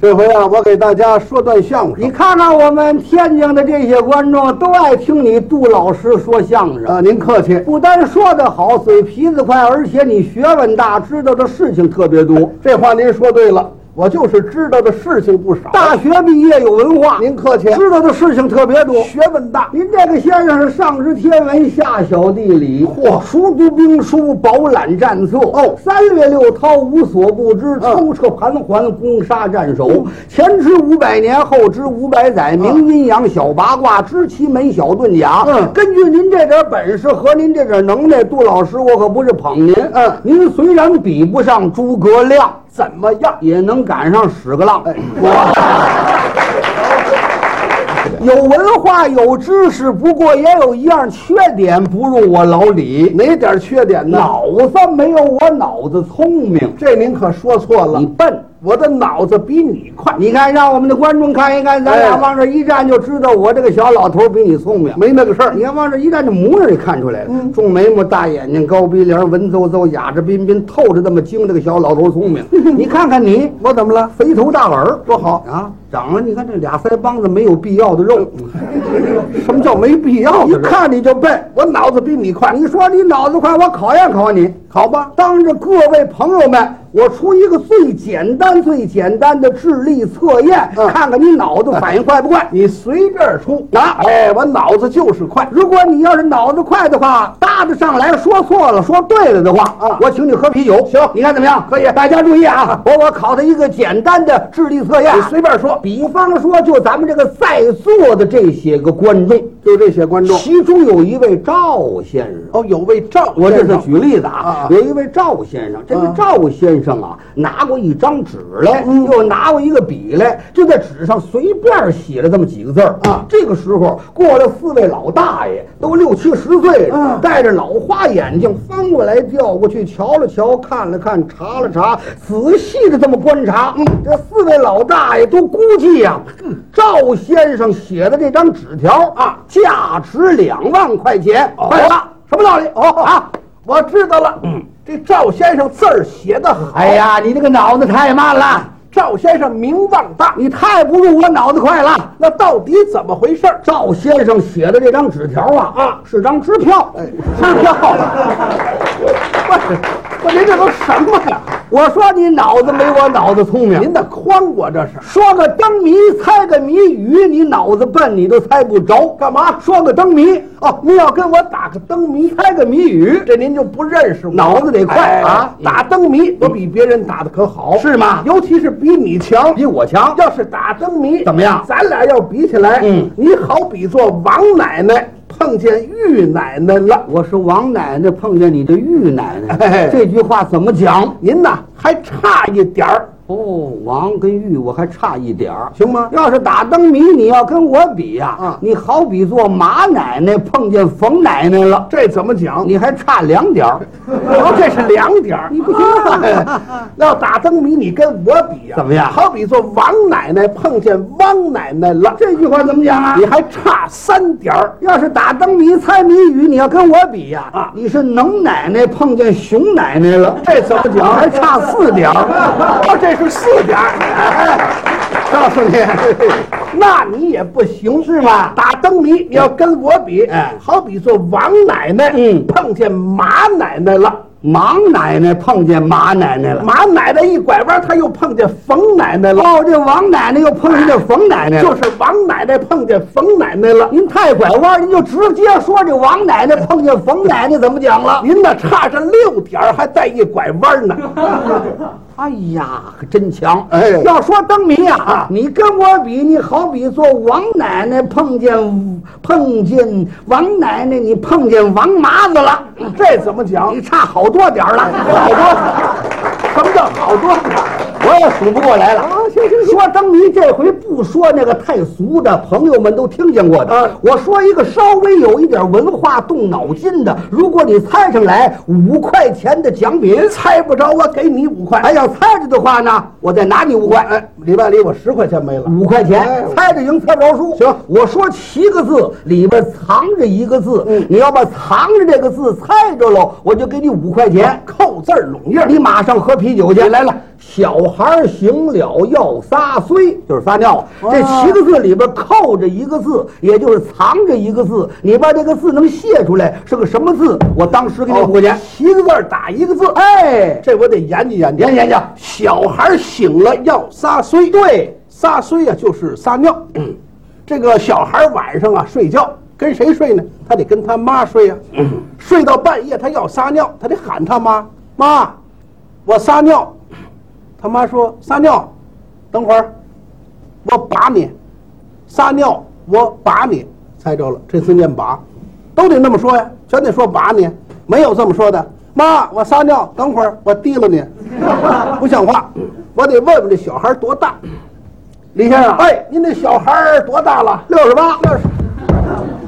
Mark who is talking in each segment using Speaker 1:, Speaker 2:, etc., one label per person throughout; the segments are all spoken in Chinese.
Speaker 1: 这回啊，我给大家说段相声
Speaker 2: 你看看我们天津的这些观众都爱听你杜老师说相声，
Speaker 1: 啊。您客气，
Speaker 2: 不单说得好，嘴皮子快，而且你学问大，知道的事情特别多。
Speaker 1: 这话您说对了，我就是知道的事情不少。
Speaker 2: 大学毕业有文化，
Speaker 1: 您客气，
Speaker 2: 知道的事情特别多。
Speaker 1: 学问大，
Speaker 2: 您这个先生是上知天文，下晓地理，
Speaker 1: 嚯
Speaker 2: 熟读兵书，饱览战策。
Speaker 1: 哦
Speaker 2: 三略六韬无所不知，
Speaker 1: 嗯
Speaker 2: 抽撤盘桓，攻杀战守。前知五百年，后知五百载，明阴阳，小八卦，知奇门，小遁甲。
Speaker 1: 嗯
Speaker 2: 根据您这点本事和您这点能耐，杜老师，我可不是捧您。
Speaker 1: 嗯
Speaker 2: 您虽然比不上诸葛亮，
Speaker 1: 怎么样？哎
Speaker 2: 也能赶上屎个浪。有文化有知识，不过也有一样缺点不入我老里，
Speaker 1: 哪点缺点呢？
Speaker 2: 脑子没有我脑子聪明。
Speaker 1: 这您可说错了
Speaker 2: 你，笨，
Speaker 1: 我的脑子比你快，
Speaker 2: 你看，让我们的观众看一看，咱俩
Speaker 1: 哎
Speaker 2: 往这一站就知道我这个小老头比你聪明。
Speaker 1: 没那个事儿
Speaker 2: 你。看往这一站，这模样就看出来了。重眉毛、大眼睛、高鼻梁、文绉绉、雅着彬彬、透着这么精，这个小老头聪明。你看看你，
Speaker 1: 我怎么了？
Speaker 2: 肥头大耳，
Speaker 1: 多好！
Speaker 2: 啊，长了你看这俩腮帮子没有必要的 肉，
Speaker 1: 什么叫没必要
Speaker 2: 一
Speaker 1: 的？
Speaker 2: 看你就笨。
Speaker 1: 我脑子比你快，
Speaker 2: 你说你脑子快，我考验考验你。
Speaker 1: 好吧？
Speaker 2: 当着各位朋友们，我出一个最简单、最简单的智力测验，
Speaker 1: 嗯
Speaker 2: 看看你脑子反应快不快。
Speaker 1: 你随便出
Speaker 2: 啊
Speaker 1: 哎，我脑子就是快。
Speaker 2: 如果你要是脑子快的话，搭得上来；说错了，说对了的话，
Speaker 1: 啊
Speaker 2: 我请你喝啤酒。
Speaker 1: 行
Speaker 2: 你看怎么样？
Speaker 1: 可以嗯
Speaker 2: 大家注意啊，我我考他一个简单的智力测验
Speaker 1: 你。随便说，
Speaker 2: 比方说，就咱们这个在座的这些个观众，
Speaker 1: 就这些观众。
Speaker 2: 其中有一位赵先生。
Speaker 1: 哦，有位赵
Speaker 2: 我这
Speaker 1: 先
Speaker 2: 是
Speaker 1: 生，
Speaker 2: 举例子啊，
Speaker 1: 啊
Speaker 2: 有一位赵先生，这个
Speaker 1: 啊嗯
Speaker 2: 赵先生啊，拿过一张纸来，又拿过一个笔来，就在纸上随便写了这么几个字儿
Speaker 1: 啊
Speaker 2: 这个时候过来四位老大爷，都六七十岁了
Speaker 1: 啊，
Speaker 2: 戴着老花眼镜，翻过来调过去，瞧了瞧，看了看，查了查，仔细的这么观察，这四位老大爷都估计呀、赵先生写的这张纸条嗯啊，价值两万块钱，
Speaker 1: 哦
Speaker 2: 快答，什么道理？
Speaker 1: 哦
Speaker 2: 啊。
Speaker 1: 我知道了。嗯，这赵先生字儿写得好。
Speaker 2: 哎，呀，你这个脑子太慢 了，
Speaker 1: 赵先生名望大，
Speaker 2: 你太不如我脑子快了。
Speaker 1: 那到底怎么回事儿？
Speaker 2: 赵先生写的这张纸条啊
Speaker 1: 啊
Speaker 2: 是张支票。
Speaker 1: 哎，支票。 不是，不是，您这都什么呀？
Speaker 2: 我说你脑子没我脑子聪明。
Speaker 1: 您的诓我这是？
Speaker 2: 说个灯谜，猜个谜语，你脑子笨，你都猜不着。干嘛？说个灯谜，
Speaker 1: 哦，您要跟我打个灯谜，
Speaker 2: 猜个谜语，
Speaker 1: 这您就不认识我，
Speaker 2: 脑子得快
Speaker 1: 哎
Speaker 2: 啊
Speaker 1: 打灯谜，我比别人打的可好，
Speaker 2: 是吗
Speaker 1: 尤其是比你强。
Speaker 2: 比我强。
Speaker 1: 要是打灯谜
Speaker 2: 怎么样
Speaker 1: 咱俩要比起来，
Speaker 2: 嗯
Speaker 1: 你好比做王奶奶碰见玉奶奶了。
Speaker 2: 我是王奶奶碰见你的玉奶奶，
Speaker 1: 哎
Speaker 2: 这句话怎么讲？
Speaker 1: 您呐还差一点儿，
Speaker 2: 哦，王跟玉我还差一点儿。
Speaker 1: 行吗？
Speaker 2: 要是打灯谜，你要跟我比呀、
Speaker 1: 啊
Speaker 2: 你好比做马奶奶碰见冯奶奶了，
Speaker 1: 这怎么讲？
Speaker 2: 你还差两点 儿。
Speaker 1: 哦，这是两点 儿。
Speaker 2: 你不行
Speaker 1: 哎要打灯谜，你跟我比呀、
Speaker 2: 怎么样
Speaker 1: 好比做王奶奶碰见汪奶奶了，
Speaker 2: 这句话怎么讲啊
Speaker 1: 你？还差三点儿。
Speaker 2: 要是打灯谜猜谜语，你要跟我比呀、
Speaker 1: 啊
Speaker 2: 你是能奶奶碰见熊奶奶了，
Speaker 1: 这怎么
Speaker 2: 你
Speaker 1: 讲？
Speaker 2: 还差四点儿。
Speaker 1: 哦，这是四点儿。 哎，告诉你， 那你也不行是吗？打灯谜，你要跟我比，
Speaker 2: 哎
Speaker 1: 好比做王奶奶，
Speaker 2: 嗯
Speaker 1: 碰见马奶奶了。
Speaker 2: 马奶奶碰见马奶奶了，
Speaker 1: 马奶奶一拐弯，她又碰见冯奶奶了，
Speaker 2: 哦，这王奶奶又碰见这冯奶奶了。
Speaker 1: 就是王奶奶碰见冯奶奶了。
Speaker 2: 您太拐弯儿，您就直接说这王奶奶碰见冯奶奶怎么讲了。
Speaker 1: 您那差着六点儿，还带一拐弯呢。
Speaker 2: 哎呀，可真强！
Speaker 1: 哎
Speaker 2: 要说灯谜呀、
Speaker 1: 啊
Speaker 2: 你跟我比，你好比做王奶奶碰见碰见王奶奶，你碰见王麻子了，
Speaker 1: 这怎么讲？
Speaker 2: 你差好多点儿了。
Speaker 1: 好多，什么叫好多？
Speaker 2: 我也数不过来了。
Speaker 1: 啊行行行
Speaker 2: 说灯谜这回不说那个太俗的，朋友们都听见过的。
Speaker 1: 啊
Speaker 2: 我说一个稍微有一点文化、动脑筋的，如果你猜上来，五块钱的奖品。
Speaker 1: 猜不着，我给你五块。
Speaker 2: 哎，要猜着的话呢，我再拿你五块。
Speaker 1: 哎，礼拜里我十块钱没了。
Speaker 2: 五块
Speaker 1: 哎
Speaker 2: 钱，猜着赢，猜不着输。
Speaker 1: 行
Speaker 2: 我说七个字，里边藏着一个字，
Speaker 1: 嗯
Speaker 2: 你要把藏着这个字猜着喽，我就给你五块钱。
Speaker 1: 扣字儿拢印儿。
Speaker 2: 你马上喝啤酒去。来了，小孩儿行了要撒虽，就是撒尿。
Speaker 1: 啊
Speaker 2: 这七个字里边扣着一个字，也就是藏着一个字。你把这个字能写出来是个什么字？我当时给
Speaker 1: 哦
Speaker 2: 你五块钱。
Speaker 1: 七个字儿打一个字，
Speaker 2: 哎，
Speaker 1: 这我得研究研究。
Speaker 2: 研究研究。
Speaker 1: 小孩儿醒了要撒虽，
Speaker 2: 对，嗯
Speaker 1: 撒虽啊就是撒尿。这个小孩儿晚上啊睡觉跟谁睡呢？他得跟他妈睡呀、
Speaker 2: 嗯
Speaker 1: 睡到半夜他要撒尿，他得喊他妈妈，我撒尿。他妈说撒尿，等会儿我把你撒尿，我把你猜着了，这字念把，都得那么说呀，全得说把你，没有这么说的。妈，我撒尿，等会儿我提了你，不像话。我得问问这小孩多大。
Speaker 2: 李先生，
Speaker 1: 哎，您这小孩儿多大了？
Speaker 2: 六十八，六十，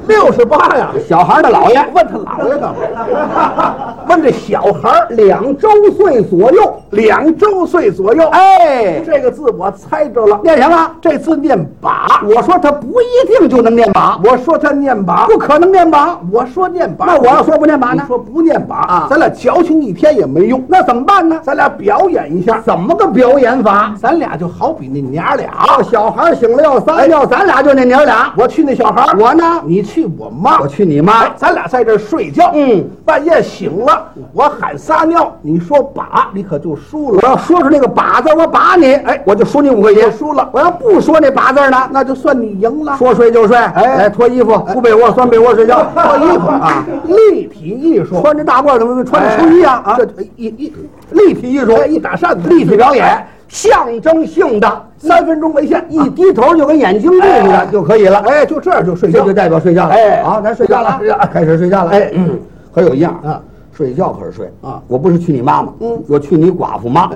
Speaker 1: 六十八呀！
Speaker 2: 小孩儿的姥爷，
Speaker 1: 问他姥爷 干嘛？问这小孩儿
Speaker 2: 两周岁左右。
Speaker 1: 两周岁左右。
Speaker 2: 哎，
Speaker 1: 这个字我猜着了，
Speaker 2: 念什么？
Speaker 1: 这字念把。
Speaker 2: 我说他不一定就能念把，
Speaker 1: 我说他念把，
Speaker 2: 不可能念把。
Speaker 1: 我说念把。
Speaker 2: 那我要说不念把
Speaker 1: 你
Speaker 2: 呢？
Speaker 1: 说不念把
Speaker 2: 啊
Speaker 1: 咱俩矫情一天也没用。
Speaker 2: 那怎么办呢？
Speaker 1: 咱俩表演一下，
Speaker 2: 怎么个表演法？
Speaker 1: 咱俩就好比那娘俩。
Speaker 2: 啊，小孩儿醒了要
Speaker 1: 哎
Speaker 2: 撒尿，咱俩就那娘俩。
Speaker 1: 我去那小孩儿，
Speaker 2: 我呢，
Speaker 1: 你去我妈，
Speaker 2: 我去你
Speaker 1: 哎
Speaker 2: 妈，，
Speaker 1: 咱俩在这儿睡觉，
Speaker 2: 嗯，
Speaker 1: 半夜醒了，我喊撒尿，你说把，你可就输
Speaker 2: 我
Speaker 1: 了，
Speaker 2: 要说出那个“把”字，我把你，哎，我就输你五块钱。
Speaker 1: 输了，
Speaker 2: 我要不说那“把”字呢，
Speaker 1: 那就算你赢了。
Speaker 2: 说睡就睡，
Speaker 1: 哎
Speaker 2: 来脱衣服，铺被窝，钻被窝睡 觉，
Speaker 1: 脱衣服
Speaker 2: 啊，，
Speaker 1: 立体艺术，
Speaker 2: 穿着大褂怎么穿着秋衣啊？啊，
Speaker 1: 这一一
Speaker 2: 立体艺术，
Speaker 1: 哎一打扇子，
Speaker 2: 立体表演，象征性的，
Speaker 1: 三分钟为限，
Speaker 2: 一低头就跟眼睛对似的
Speaker 1: 哎
Speaker 2: 就可以了。
Speaker 1: 哎，就这样就睡
Speaker 2: 这
Speaker 1: 觉
Speaker 2: 就，代表睡觉了。
Speaker 1: 哎
Speaker 2: 好，咱睡觉了，
Speaker 1: 睡觉了
Speaker 2: 开始睡觉了。
Speaker 1: 哎
Speaker 2: 嗯，可有一样
Speaker 1: 啊，
Speaker 2: 睡觉可是睡
Speaker 1: 啊
Speaker 2: 我不是去你妈妈，
Speaker 1: 嗯
Speaker 2: 我去你寡妇妈，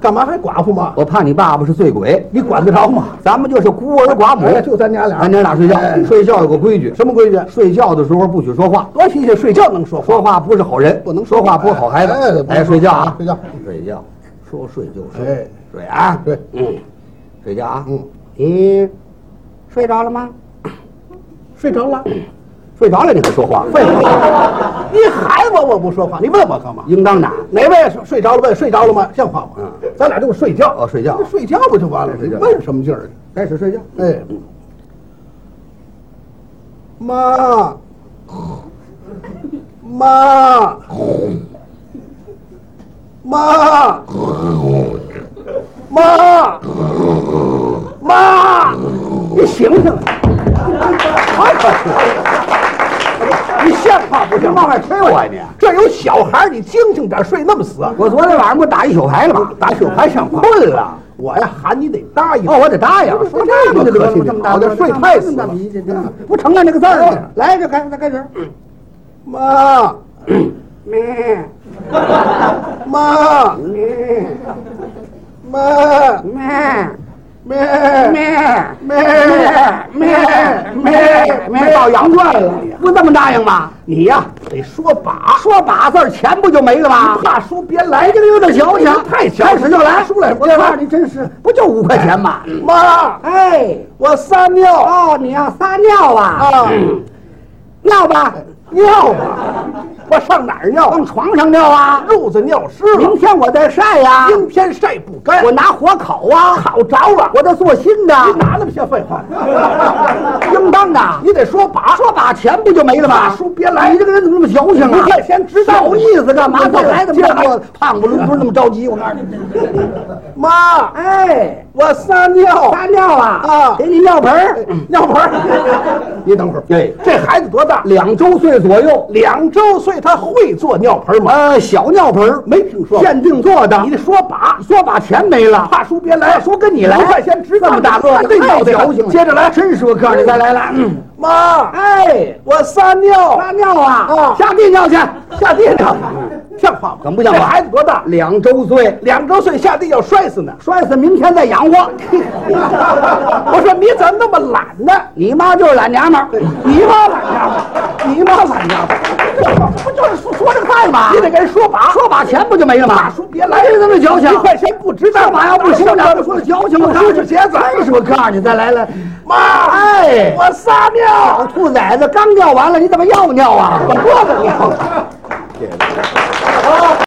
Speaker 1: 干嘛还寡妇吗？
Speaker 2: 我怕你爸爸是醉鬼，
Speaker 1: 你管得着吗？
Speaker 2: 咱们就是孤儿寡母，
Speaker 1: 哎就咱娘俩
Speaker 2: 咱娘俩睡觉
Speaker 1: 哎，
Speaker 2: 睡觉有个规矩，
Speaker 1: 什么规矩？
Speaker 2: 睡觉的时候不许说话，
Speaker 1: 多新鲜，睡觉能说话，
Speaker 2: 说话不是好人，
Speaker 1: 不能说
Speaker 2: 说
Speaker 1: 话
Speaker 2: 话不是好孩
Speaker 1: 哎
Speaker 2: 子。
Speaker 1: 不能
Speaker 2: 哎，睡觉啊，
Speaker 1: 睡觉，
Speaker 2: 睡觉，说睡就
Speaker 1: 哎
Speaker 2: 睡，睡啊，
Speaker 1: 对，
Speaker 2: 嗯，睡觉啊，
Speaker 1: 嗯，
Speaker 2: 你睡着了吗？
Speaker 1: 睡着了，
Speaker 2: 睡着了你还说 话，
Speaker 1: 废话，你喊我我不说话，你问我干嘛？
Speaker 2: 应当的。
Speaker 1: 哪位睡睡着了？问睡着了吗？像话吗？咱俩就是睡觉
Speaker 2: 哦睡觉
Speaker 1: 那睡觉不就完了？
Speaker 2: 睡
Speaker 1: 你
Speaker 2: 觉嗯
Speaker 1: 问什么劲儿呢？
Speaker 2: 开始睡觉。
Speaker 1: 哎，妈，妈，妈，妈，妈，你醒醒！你像话不
Speaker 2: 你
Speaker 1: 像
Speaker 2: 冒
Speaker 1: 话？
Speaker 2: 犯吹我呀你！
Speaker 1: 这有小孩儿，你精醒点儿睡那么死，
Speaker 2: 我昨天晚上不打一宿牌了吗？
Speaker 1: 打宿牌上班
Speaker 2: 困了。
Speaker 1: 我呀喊你得答应。
Speaker 2: 哦，我得答应。
Speaker 1: 说这个可气
Speaker 2: 这么
Speaker 1: 了，
Speaker 2: 大
Speaker 1: 我这睡太死
Speaker 2: 这么大
Speaker 1: 了。哎
Speaker 2: 脾气，真的不承认这个
Speaker 1: 哦
Speaker 2: 字儿。来，这开，再开始。
Speaker 1: 妈，
Speaker 2: 咩
Speaker 1: 妈，
Speaker 2: 咩
Speaker 1: 妈，
Speaker 2: 咩
Speaker 1: 妈，
Speaker 2: 咩
Speaker 1: 妈，
Speaker 2: 咩咩咩，到羊圈了，不这么答应吗？
Speaker 1: 你呀得说把，
Speaker 2: 说把字儿钱不就没了吗？
Speaker 1: 怕输别来
Speaker 2: 来这
Speaker 1: 这
Speaker 2: 个
Speaker 1: 个
Speaker 2: 有点矫情，
Speaker 1: 太矫
Speaker 2: 开始就来，
Speaker 1: 输了
Speaker 2: 我告诉你，真是不就五块钱吗？
Speaker 1: 妈，啊
Speaker 2: 哎，
Speaker 1: 我撒尿
Speaker 2: 哦，你要撒尿啊？
Speaker 1: 啊，
Speaker 2: 尿吧，
Speaker 1: 尿吧，我上哪儿尿
Speaker 2: 往？床上尿啊。
Speaker 1: 褥子尿湿
Speaker 2: 明
Speaker 1: 了，
Speaker 2: 天我再晒呀、
Speaker 1: 阴天晒不干
Speaker 2: 我，拿火烤啊，
Speaker 1: 烤着了。
Speaker 2: 我再做新的，
Speaker 1: 你哪那么些废话？
Speaker 2: 应当的。
Speaker 1: 你得说把，
Speaker 2: 说把钱不就没了吗？
Speaker 1: 大叔别来
Speaker 2: 你这个人怎么那么矫情啊？
Speaker 1: 五块钱值当
Speaker 2: 小意思干嘛？
Speaker 1: 你
Speaker 2: 再来这么
Speaker 1: 接着
Speaker 2: 多，胖不伦不是那么着急，我告诉你。
Speaker 1: 妈，
Speaker 2: 哎，
Speaker 1: 我撒尿
Speaker 2: 撒尿啊！嗯
Speaker 1: 啊
Speaker 2: 给你尿盆儿。
Speaker 1: 尿盆 儿。你等会儿，
Speaker 2: 哎，
Speaker 1: 这孩子多大？
Speaker 2: 两周岁左右，
Speaker 1: 两周岁，他会做尿盆吗？
Speaker 2: 呃，小尿盆儿，
Speaker 1: 没听说过。
Speaker 2: 限定做的。
Speaker 1: 你得说把，
Speaker 2: 说把钱没了，
Speaker 1: 怕输别来，
Speaker 2: 说跟你来，
Speaker 1: 五块钱值
Speaker 2: 这么大个，哎
Speaker 1: 对
Speaker 2: 太
Speaker 1: 脑袋
Speaker 2: 矫情了。
Speaker 1: 接着来，
Speaker 2: 真是我告诉你，再来来。嗯
Speaker 1: 妈，
Speaker 2: 哎，
Speaker 1: 我撒尿，
Speaker 2: 撒尿啊！
Speaker 1: 啊
Speaker 2: 下地尿去。
Speaker 1: 下地尿，像话吗？
Speaker 2: 怎么不像话
Speaker 1: 这孩子多大？
Speaker 2: 两周岁，
Speaker 1: 两周岁下地要摔死呢。
Speaker 2: 摔死明天再养活。
Speaker 1: 我说你怎么那么懒呢？
Speaker 2: 你妈就是懒娘们儿，
Speaker 1: 你妈懒家伙，你妈懒家伙，
Speaker 2: 不就是说说这个饭吗
Speaker 1: 你？得跟人说把，
Speaker 2: 说把钱不就没了吗？
Speaker 1: 大叔别来，
Speaker 2: 你这么矫情
Speaker 1: 一块钱不值当，
Speaker 2: 说把要不行，
Speaker 1: 咱
Speaker 2: 咱
Speaker 1: 们
Speaker 2: 们说
Speaker 1: 说的
Speaker 2: 的
Speaker 1: 矫
Speaker 2: 矫
Speaker 1: 情
Speaker 2: 情，我
Speaker 1: 吗？
Speaker 2: 告诉
Speaker 1: 说
Speaker 2: 你，
Speaker 1: 是鞋子，
Speaker 2: 真是我告诉你，再来来。
Speaker 1: 妈，
Speaker 2: 哎，
Speaker 1: 我撒
Speaker 2: 小
Speaker 1: 尿，
Speaker 2: 兔崽子刚尿完了，你怎么又尿啊？
Speaker 1: 我多的尿。